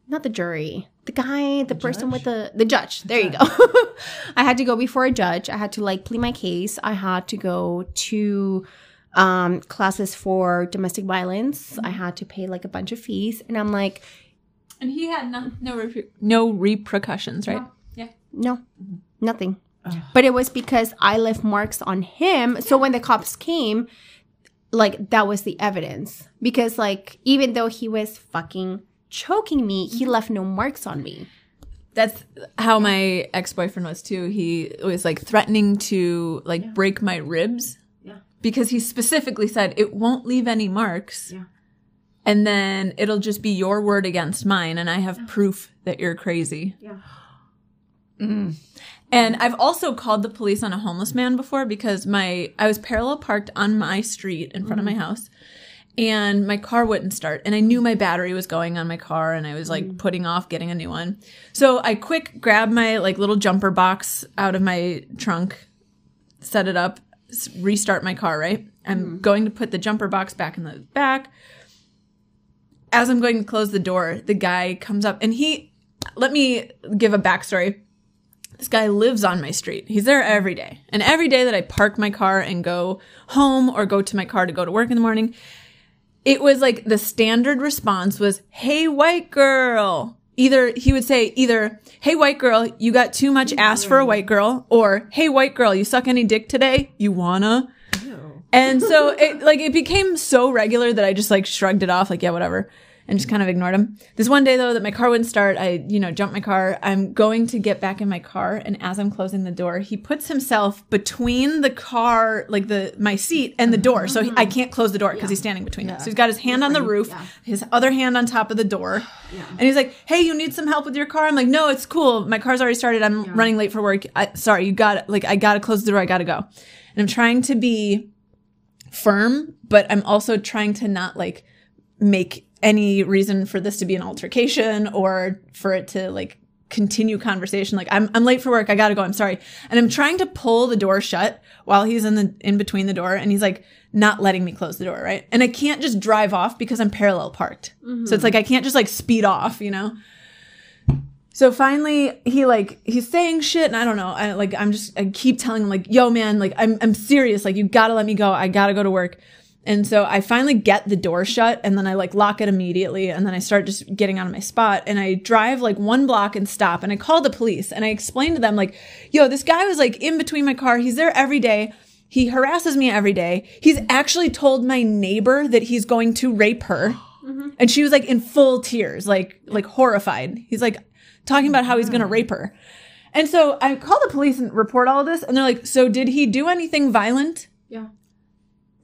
Speaker 4: Not the jury. The guy, the, person with the the judge. There you go. I had to go before a judge. I had to like plead my case. I had to go to um classes for domestic violence. I had to pay like a bunch of fees and I'm like
Speaker 6: And he had no no, reper- no repercussions, right? Yeah.
Speaker 4: No, nothing. But it was because I left marks on him. So when the cops came, like that was the evidence. Because like even though he was fucking choking me, he left no marks on me.
Speaker 6: That's how my ex boyfriend was too. He was like threatening to like break my ribs.
Speaker 1: Yeah.
Speaker 6: Because he specifically said it won't leave any marks.
Speaker 1: Yeah.
Speaker 6: And then it'll just be your word against mine, and I have proof that you're crazy. Mm.
Speaker 1: Yeah.
Speaker 6: And I've also called the police on a homeless man before because my I was parallel parked on my street in front of my house and my car wouldn't start and I knew my battery was going on my car and I was like putting off getting a new one. So I quick grabbed my like little jumper box out of my trunk, set it up, s- restart my car, right? I'm going to put the jumper box back in the back. As I'm going to close the door, the guy comes up and he let me give a backstory this guy lives on my street. He's there every day. And every day that I park my car and go home or go to my car to go to work in the morning, it was like the standard response was, Hey, white girl. Either he would say either, Hey, white girl, you got too much ass for a white girl or Hey, white girl, you suck any dick today? You wanna? And so it like it became so regular that I just like shrugged it off, like, yeah, whatever. And just kind of ignored him. This one day though that my car wouldn't start, I, you know, jumped my car. I'm going to get back in my car, and as I'm closing the door, he puts himself between the car, like the my seat and the door. So he, I can't close the door because he's standing between us. So he's got his hand on the roof, his other hand on top of the door. And he's like, Hey, you need some help with your car? I'm like, No, it's cool. My car's already started. I'm running late for work. I, sorry, you got like I gotta close the door, I gotta go. And I'm trying to be firm, but I'm also trying to not like make any reason for this to be an altercation or for it to like continue conversation. Like I'm I'm late for work, I gotta go, I'm sorry. And I'm trying to pull the door shut while he's in the in between the door and he's like not letting me close the door, right? And I can't just drive off because I'm parallel parked. So it's like I can't just like speed off, you know? So finally, he like he's saying shit, and I don't know. I like I'm just I keep telling him like, "Yo, man, like I'm I'm serious. Like you gotta let me go. I gotta go to work." And so I finally get the door shut, and then I like lock it immediately, and then I start just getting out of my spot, and I drive like one block and stop, and I call the police, and I explain to them like, "Yo, this guy was like in between my car. He's there every day." He harasses me every day. He's actually told my neighbor that he's going to rape her. And she was like in full tears, like like horrified. He's like talking about how he's going to rape her. And so I call the police and report all of this and they're like, "So did he do anything violent?"
Speaker 1: Yeah.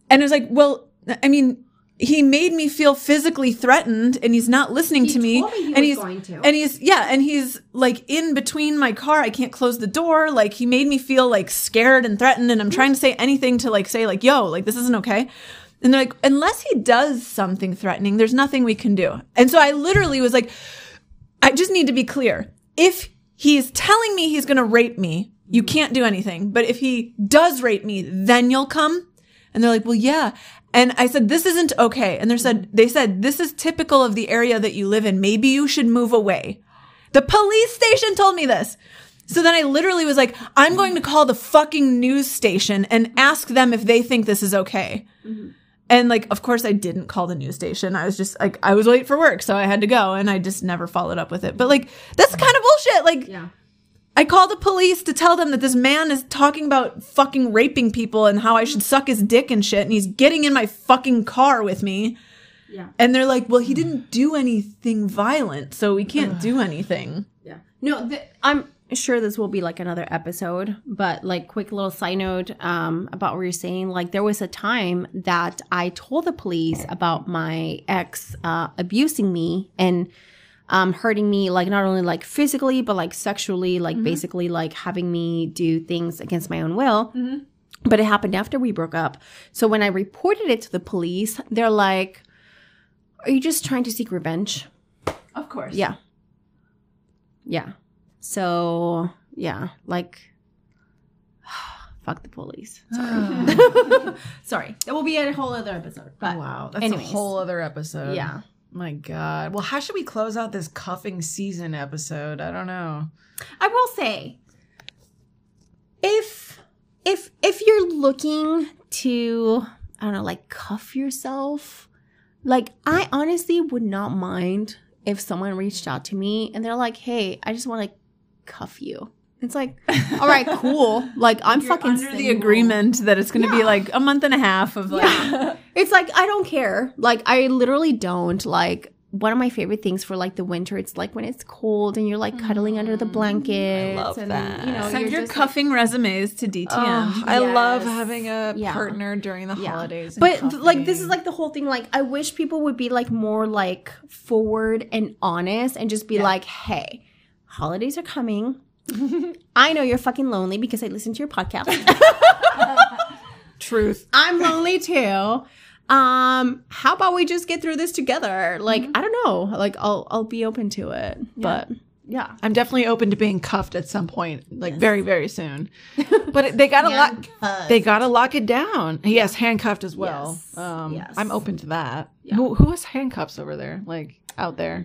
Speaker 6: And it was like, "Well, I mean, he made me feel physically threatened and he's not listening
Speaker 1: He
Speaker 6: to me
Speaker 1: told me he
Speaker 6: and
Speaker 1: was
Speaker 6: he's
Speaker 1: going to.
Speaker 6: and he's yeah, and he's like in between my car. I can't close the door. Like he made me feel like scared and threatened and I'm trying to say anything to like say like, "Yo, like this isn't okay." And they're like, "Unless he does something threatening, there's nothing we can do." And so I literally was like, I just need to be clear. If he's telling me he's going to rape me, you can't do anything. But if he does rape me, then you'll come. And they're like, well, yeah. And I said, this isn't okay. And they said, they said, this is typical of the area that you live in. Maybe you should move away. The police station told me this. So then I literally was like, I'm going to call the fucking news station and ask them if they think this is okay. And like, of course, I didn't call the news station. I was just like, I was late for work, so I had to go, and I just never followed up with it. But like, that's the kind of bullshit. Like,
Speaker 1: Yeah.
Speaker 6: I called the police to tell them that this man is talking about fucking raping people and how I should suck his dick and shit, and he's getting in my fucking car with me.
Speaker 1: Yeah.
Speaker 6: And they're like, well, he didn't do anything violent, so we can't do anything.
Speaker 1: Yeah.
Speaker 4: No, th- I'm sure this will be like another episode, but like quick little side note um, about what you're saying. Like there was a time that I told the police about my ex uh, abusing me and um, hurting me, like not only like physically but like sexually, like basically like having me do things against my own will. But it happened after we broke up. So when I reported it to the police, they're like, "Are you just trying to seek revenge?"
Speaker 6: Of course.
Speaker 4: Yeah. Yeah. So, yeah, like fuck the police.
Speaker 1: Sorry, that will be a whole other episode. But
Speaker 5: wow, Oh, that's
Speaker 4: anyways.
Speaker 5: a whole other episode.
Speaker 4: Yeah.
Speaker 5: My God. Well, how should we close out this cuffing season episode? I don't know.
Speaker 4: I will say if if if you're looking to I don't know like cuff yourself like I honestly would not mind if someone reached out to me and they're like, "Hey, I just want to cuff you." It's like, "All right, cool." Like I'm
Speaker 6: You're
Speaker 4: fucking
Speaker 6: under the
Speaker 4: single.
Speaker 6: agreement that it's going to
Speaker 4: Yeah.
Speaker 6: be like a month and a half of like
Speaker 4: It's like I don't care. Like I literally don't like one of my favorite things for like the winter, it's like when it's cold and you're like cuddling under the blankets.
Speaker 6: Mm-hmm. love
Speaker 4: and,
Speaker 6: that.
Speaker 4: You know,
Speaker 6: send
Speaker 4: you're
Speaker 6: your
Speaker 4: just,
Speaker 6: cuffing resumes to DTM.
Speaker 5: Oh, I love
Speaker 4: Yes.
Speaker 5: having a
Speaker 4: Yeah.
Speaker 5: partner during the
Speaker 4: Yeah.
Speaker 5: holidays. and
Speaker 4: but th- like this
Speaker 5: cuffing.
Speaker 4: is like the whole thing like i wish people would be like more like forward and honest and just be like hey holidays are coming i know you're fucking lonely because i listen to your podcast
Speaker 5: truth.
Speaker 4: i'm lonely too um how about we just get through this together like i don't know like i'll i'll be open to it but Mm-hmm. yeah
Speaker 5: I'm definitely open to being cuffed at some point, like very, very soon. But it- they gotta lock. They gotta lock it down. Yes, handcuffed as well.
Speaker 4: Yes.
Speaker 5: Um,
Speaker 4: Yes.
Speaker 5: I'm open to that. Who who has handcuffs over there? Like out there?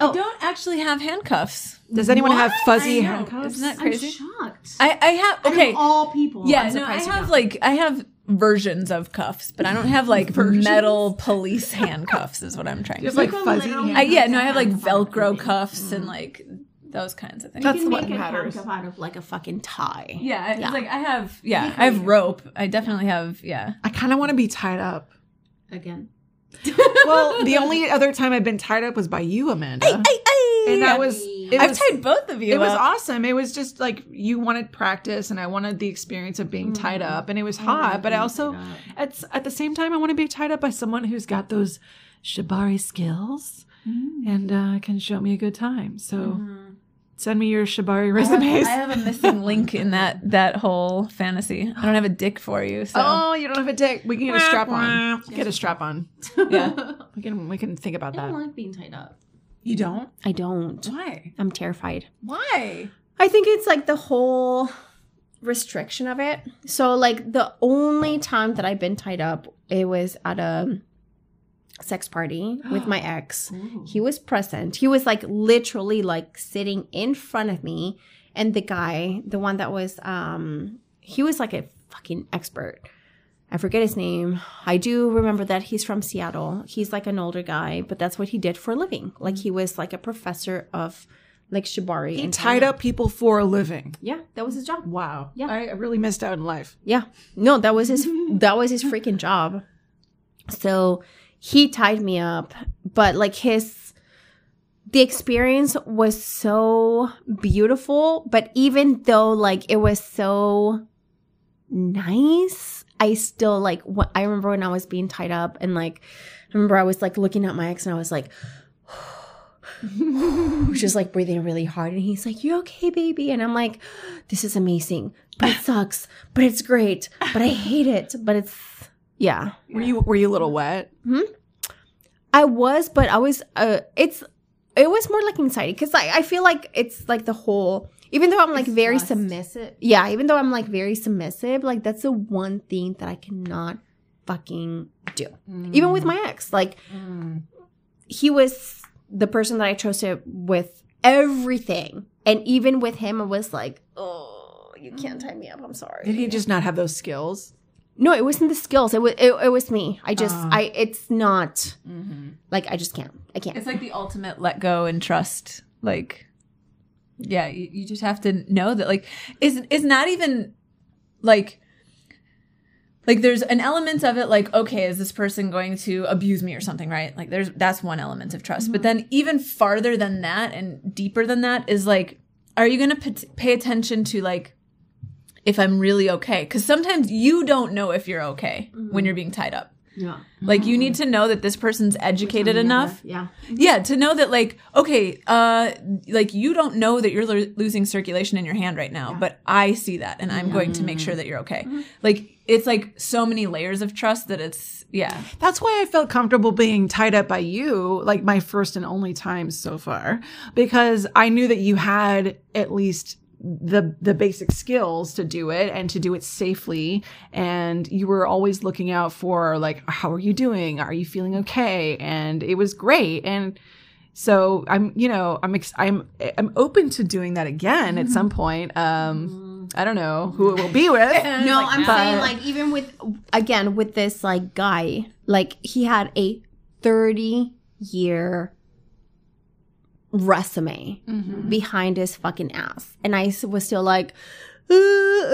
Speaker 6: I don't actually have handcuffs.
Speaker 5: Does anyone have fuzzy
Speaker 6: Oh. I know.
Speaker 5: handcuffs?
Speaker 6: Isn't that
Speaker 1: I'm
Speaker 6: crazy?
Speaker 1: shocked.
Speaker 6: I, I have
Speaker 1: Out of
Speaker 6: okay.
Speaker 1: all people.
Speaker 6: Yeah,
Speaker 1: I'm
Speaker 6: no, I
Speaker 1: surprised you
Speaker 6: have
Speaker 1: don't.
Speaker 6: like I have versions of cuffs, but I don't have like metal police handcuffs. Is what I'm trying to
Speaker 5: It's
Speaker 6: say.
Speaker 5: like
Speaker 1: People
Speaker 5: fuzzy.
Speaker 1: literally
Speaker 6: I,
Speaker 5: handcuffs.
Speaker 6: yeah, no, I have like
Speaker 1: Handcuffs are
Speaker 6: Velcro
Speaker 1: amazing.
Speaker 6: cuffs and like those kinds of things.
Speaker 5: That's
Speaker 1: you can
Speaker 5: what
Speaker 1: make a
Speaker 5: matters.
Speaker 1: handcuff out of like a fucking tie.
Speaker 6: yeah, it's
Speaker 4: Yeah.
Speaker 6: like I have yeah, I have rope. I definitely have yeah.
Speaker 5: I kind of want to be tied up.
Speaker 1: Again.
Speaker 5: Well, the only other time I've been tied up was by you, Amanda, and that was. It
Speaker 6: I've
Speaker 5: was,
Speaker 6: tied both of you.
Speaker 5: It was
Speaker 6: up.
Speaker 5: awesome. It was just like you wanted practice, and I wanted the experience of being tied
Speaker 6: Mm-hmm.
Speaker 5: up, and it was hot. But I also, at s- at the same time, I want to be tied up by someone who's got those shibari skills
Speaker 6: Mm.
Speaker 5: and uh, can show me a good time. So send me your shibari resumes.
Speaker 6: Mm-hmm. I have a missing link in that that whole fantasy. I don't have a dick for you, so
Speaker 5: Oh, you don't have a dick. We can get a strap on. Get a strap on.
Speaker 6: yeah.
Speaker 5: We can we can think about
Speaker 1: I don't
Speaker 5: that.
Speaker 1: like being tied up.
Speaker 6: You don't?
Speaker 4: i don't
Speaker 6: Why?
Speaker 4: i'm terrified
Speaker 6: Why?
Speaker 4: I think it's like the whole restriction of it. So like the only time that I've been tied up, it was at a sex party with my ex. He was present. He was like literally like sitting in front of me and the guy, the one that was um he was like a fucking expert. I forget his name. I do remember that he's from Seattle. He's like an older guy, but that's what he did for a living. Like he was like a professor of like shibari.
Speaker 5: Mm-hmm. He
Speaker 4: and
Speaker 5: tied up people for a living.
Speaker 4: yeah, that was his job.
Speaker 5: Wow.
Speaker 4: Yeah.
Speaker 5: I I really missed out in life.
Speaker 4: Yeah. No, that was his that was his freaking job. So he tied me up, but like his the experience was so beautiful, but even though like it was so nice, I still like what I remember when I was being tied up and like I remember I was like looking at my ex and I was like just like breathing really hard and he's like, "You're okay, baby." And I'm like, this is amazing, but it sucks, but it's great, but I hate it, but it's yeah.
Speaker 5: Were you were you a little wet?
Speaker 4: I was, but I was uh it's it was more like anxiety because I, I feel like it's like the whole even though I'm like very
Speaker 1: Trust.
Speaker 4: submissive yeah, even though I'm like very submissive, like that's the one thing that I cannot fucking do. Even with my ex. Like he was the person that I chose to with everything. And even with him I was like, Oh, you can't tie me up, I'm sorry.
Speaker 5: Did he just not have those skills?
Speaker 4: No, it wasn't the skills. It was it, it was me. I just
Speaker 5: Ah.
Speaker 4: I it's not like I just can't. I can't.
Speaker 6: It's like the ultimate let go and trust. Like, yeah, you, you just have to know that. Like, is is not even like like there's an element of it like okay is this person going to abuse me or something right like there's that's one element of trust but then even farther than that and deeper than that is like are you going to pat- pay attention to like if i'm really okay cuz sometimes you don't know if you're okay when you're being tied up
Speaker 1: Yeah.
Speaker 6: like you need to know that this person's educated enough
Speaker 1: Yeah.
Speaker 6: yeah, to know that like okay, uh like you don't know that you're lo- losing circulation in your hand right now, but I see that and I'm going to make
Speaker 4: Mm-hmm.
Speaker 6: sure that you're okay. Like it's like so many layers of trust that it's yeah.
Speaker 5: That's why I felt comfortable being tied up by you, like my first and only time so far, because I knew that you had at least the the basic skills to do it and to do it safely and you were always looking out for like how are you doing are you feeling okay and it was great and so i'm you know i'm ex- i'm i'm open to doing that again at some point um i don't know who it will be with
Speaker 1: No, I'm saying
Speaker 5: But-
Speaker 1: like even with
Speaker 4: again with this like guy like he had a 30 year resume behind his fucking ass and i s- was still like "Uh,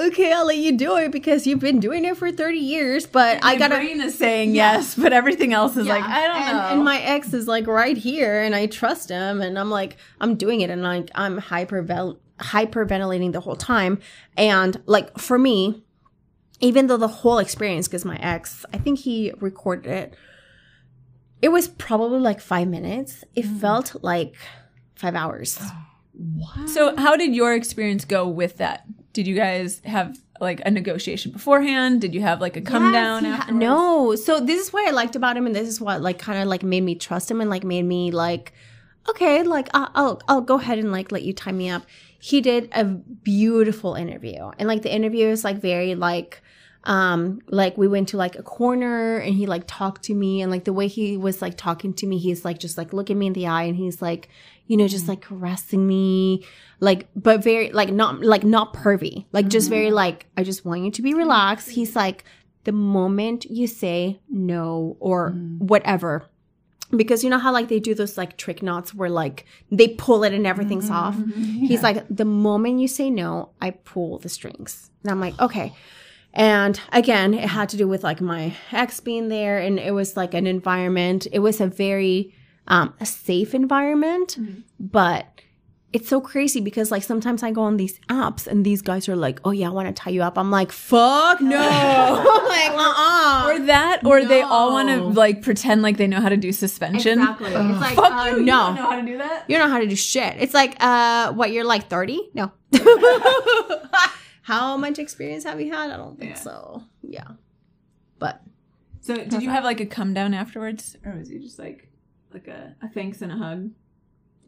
Speaker 4: okay i'll let you do it because you've been doing it for 30 years but i
Speaker 6: My
Speaker 4: gotta
Speaker 6: brain is saying yes, but everything else is like I don't
Speaker 4: and,
Speaker 6: know.
Speaker 4: and my ex is like right here and i trust him and i'm like i'm doing it and like i'm hypervel- hyperventilating the whole time and like for me even though the whole experience because my ex i think he recorded it it was probably like five minutes it
Speaker 6: Mm.
Speaker 4: felt like five hours
Speaker 6: so, how did your experience go with that? Did you guys have like a negotiation beforehand? Did you have like a come
Speaker 4: Yes,
Speaker 6: down?
Speaker 4: he ha-
Speaker 6: afterwards?
Speaker 4: no. So this is what I liked about him, and this is what like kind of like made me trust him, and like made me like, okay, like I- I'll I'll go ahead and like let you tie me up. He did a beautiful interview, and like the interview is like very like um like we went to like a corner and he like talked to me and like the way he was like talking to me he's like just like looking me in the eye and he's like you know just like caressing me like but very like not like not pervy like just very like i just want you to be relaxed he's like the moment you say no or whatever because you know how like they do those like trick knots where like they pull it and everything's off he's like the moment you say no i pull the strings and i'm like okay and again it had to do with like my ex being there and it was like an environment it was a very um a safe environment but it's so crazy because like sometimes I go on these apps and these guys are like, "Oh yeah, I want to tie you up." I'm like, "Fuck no!" I'm like, "Uh uh
Speaker 6: or that, or they all want to like pretend like they know how to do suspension.
Speaker 1: exactly, it's like
Speaker 6: Fuck
Speaker 1: uh,
Speaker 6: you, you
Speaker 4: no.
Speaker 6: don't know how to do that.
Speaker 4: You don't know how to do shit. It's like, uh, what, you're like 30? No. how much experience have you had? I don't think
Speaker 6: Yeah.
Speaker 4: so. Yeah. But
Speaker 6: So, did you have like a come down afterwards, or was you just like like a, a thanks and a hug?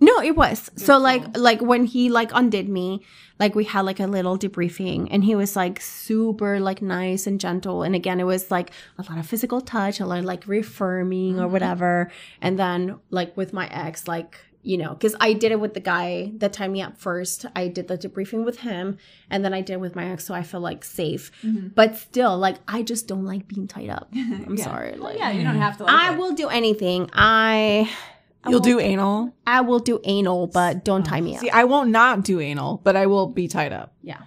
Speaker 4: no, it was. So like like when he like undid me, like we had like a little debriefing and he was like super like nice and gentle. And again, it was like a lot of physical touch, a lot of like reaffirming or whatever. And then like with my ex, like you know, because I did it with the guy that tied me up first. I did the debriefing with him, and then I did it with my ex, so I feel like safe.
Speaker 6: Mm-hmm.
Speaker 4: But still, like I just don't like being tied up. I'm sorry. Like
Speaker 6: Yeah, you don't have to. Like
Speaker 4: I
Speaker 6: it.
Speaker 4: will do anything. I
Speaker 5: you'll do anal
Speaker 4: I will do anal, but don't tie me up.
Speaker 5: Oh. see i won't not do anal but i will be tied up
Speaker 4: Yeah.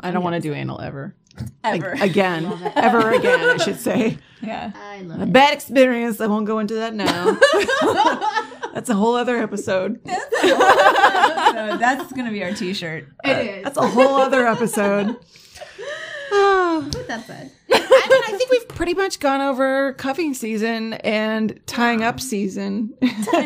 Speaker 5: i don't want to do anal ever
Speaker 6: ever.
Speaker 5: again ever again i should say
Speaker 6: yeah.
Speaker 4: I
Speaker 5: a
Speaker 4: love
Speaker 5: bad experience i won't go into that now that's a whole other episode
Speaker 6: so that's gonna be our T-shirt.
Speaker 1: it is.
Speaker 5: that's a whole other episode Ah.
Speaker 1: But that's it.
Speaker 5: I mean, I think we've pretty much gone over cuffing season and tying up season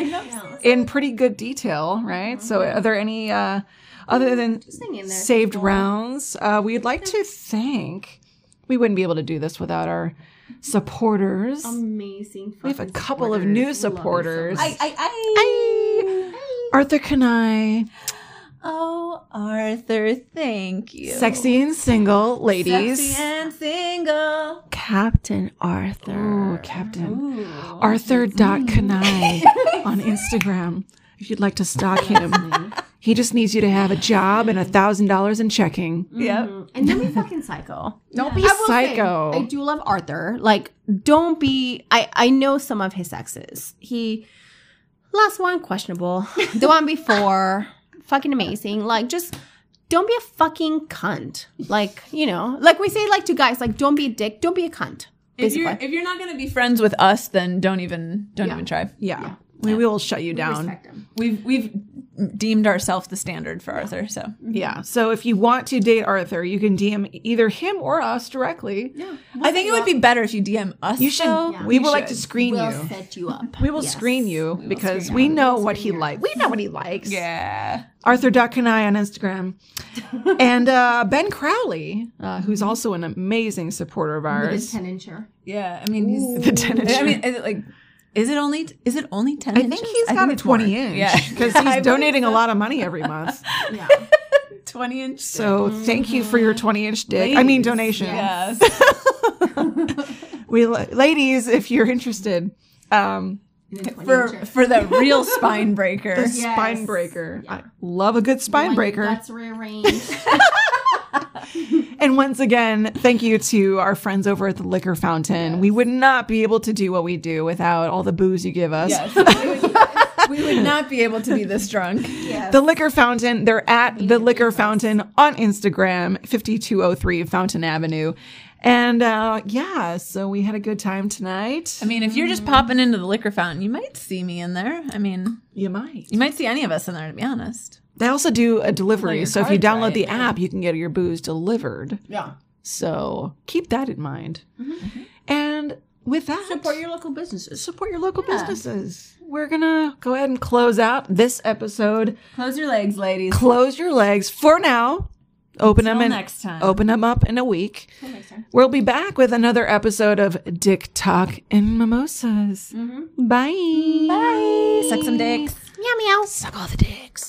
Speaker 5: in pretty good detail, right? So, are there any uh, other than
Speaker 4: in there.
Speaker 5: saved rounds? Uh, we'd like to thank. We wouldn't be able to do this without our supporters.
Speaker 4: Um, Amazing.
Speaker 5: we have a couple of new supporters.
Speaker 6: I, I, I,
Speaker 5: Arthur Kanai,
Speaker 6: Oh, Arthur, thank you.
Speaker 5: sexy and single ladies.
Speaker 6: and Mm-hmm. single.
Speaker 4: Captain Arthur.
Speaker 5: Ooh, Captain. Mm. Arthur.canai on Instagram. If you'd like to stalk him, he just needs you to have a job and a thousand dollars in checking.
Speaker 6: Yeah.
Speaker 4: Mm. And don't be fucking psycho. Don't be
Speaker 5: psycho.
Speaker 4: I do love Arthur. Like, don't be. I I know some of his exes. He last one questionable. the one before fucking amazing. Like, just don't be a fucking cunt. Like, you know, like we say, like to guys, like don't be a dick, don't be a cunt.
Speaker 6: If you're
Speaker 4: Basically.
Speaker 6: if you're not gonna be friends with us, then don't even don't even try.
Speaker 5: Yeah. We, we will shut you down.
Speaker 6: We've we've deemed ourselves the standard for Arthur. So
Speaker 5: Yeah. So if you want to date Arthur, you can DM either him or us directly. Yeah.
Speaker 6: I think it would be better if you DM us.
Speaker 5: You should. We
Speaker 6: You
Speaker 5: will like to
Speaker 6: should.
Speaker 5: screen
Speaker 4: We'll
Speaker 5: you.
Speaker 4: set you up.
Speaker 5: We will screen you because we know what he likes. We know what he likes.
Speaker 6: Yeah.
Speaker 5: Arthur.canai on Instagram. and uh, Ben Crowley, uh, who's also an amazing supporter of ours.
Speaker 6: Yeah. I mean, he's
Speaker 5: The tenant
Speaker 6: I mean, is it like, is it only is it only ten?
Speaker 5: I think he's got a 20 inch
Speaker 6: Yeah.
Speaker 5: because he's donating a lot of money every month.
Speaker 1: Yeah.
Speaker 6: 20 inch.
Speaker 5: So thank you for your 20 inch dick. I mean, donation.
Speaker 6: Yes.
Speaker 5: We, lo- ladies, if you're interested, um,
Speaker 6: for for the real spine breaker.
Speaker 5: a spine breaker. I love a good spine breaker.
Speaker 1: That's rearranged.
Speaker 5: And once again, thank you to our friends over at the Liquor Fountain. We would not be able to do what we do without all the booze you give us.
Speaker 6: we would not be able to be this drunk.
Speaker 5: The Liquor Fountain, they're at the Liquor Fountain on Instagram, 5203 Fountain Avenue. And uh, yeah, so we had a good time tonight.
Speaker 6: I mean, if you're just popping into the liquor fountain, you might see me in there. I mean,
Speaker 5: You might.
Speaker 6: you might see any of us in there, to be honest.
Speaker 5: They also do a delivery.
Speaker 6: your
Speaker 5: So if you
Speaker 6: card's
Speaker 5: download
Speaker 6: right,
Speaker 5: the app, you can get your booze delivered.
Speaker 1: yeah.
Speaker 5: So keep that in mind.
Speaker 6: Mm-hmm,
Speaker 5: And with that,
Speaker 1: Support your local businesses.
Speaker 5: support your local businesses. We're gonna go ahead and close out this episode.
Speaker 6: Close your legs, ladies.
Speaker 5: Close your legs for now. Open them in,
Speaker 6: next time.
Speaker 5: Open them up in a week. We'll be back with another episode of Dick Talk and Mimosas. Bye. Bye.
Speaker 6: Mm-hmm. Suck some dicks.
Speaker 4: Meow meow. Suck all the dicks.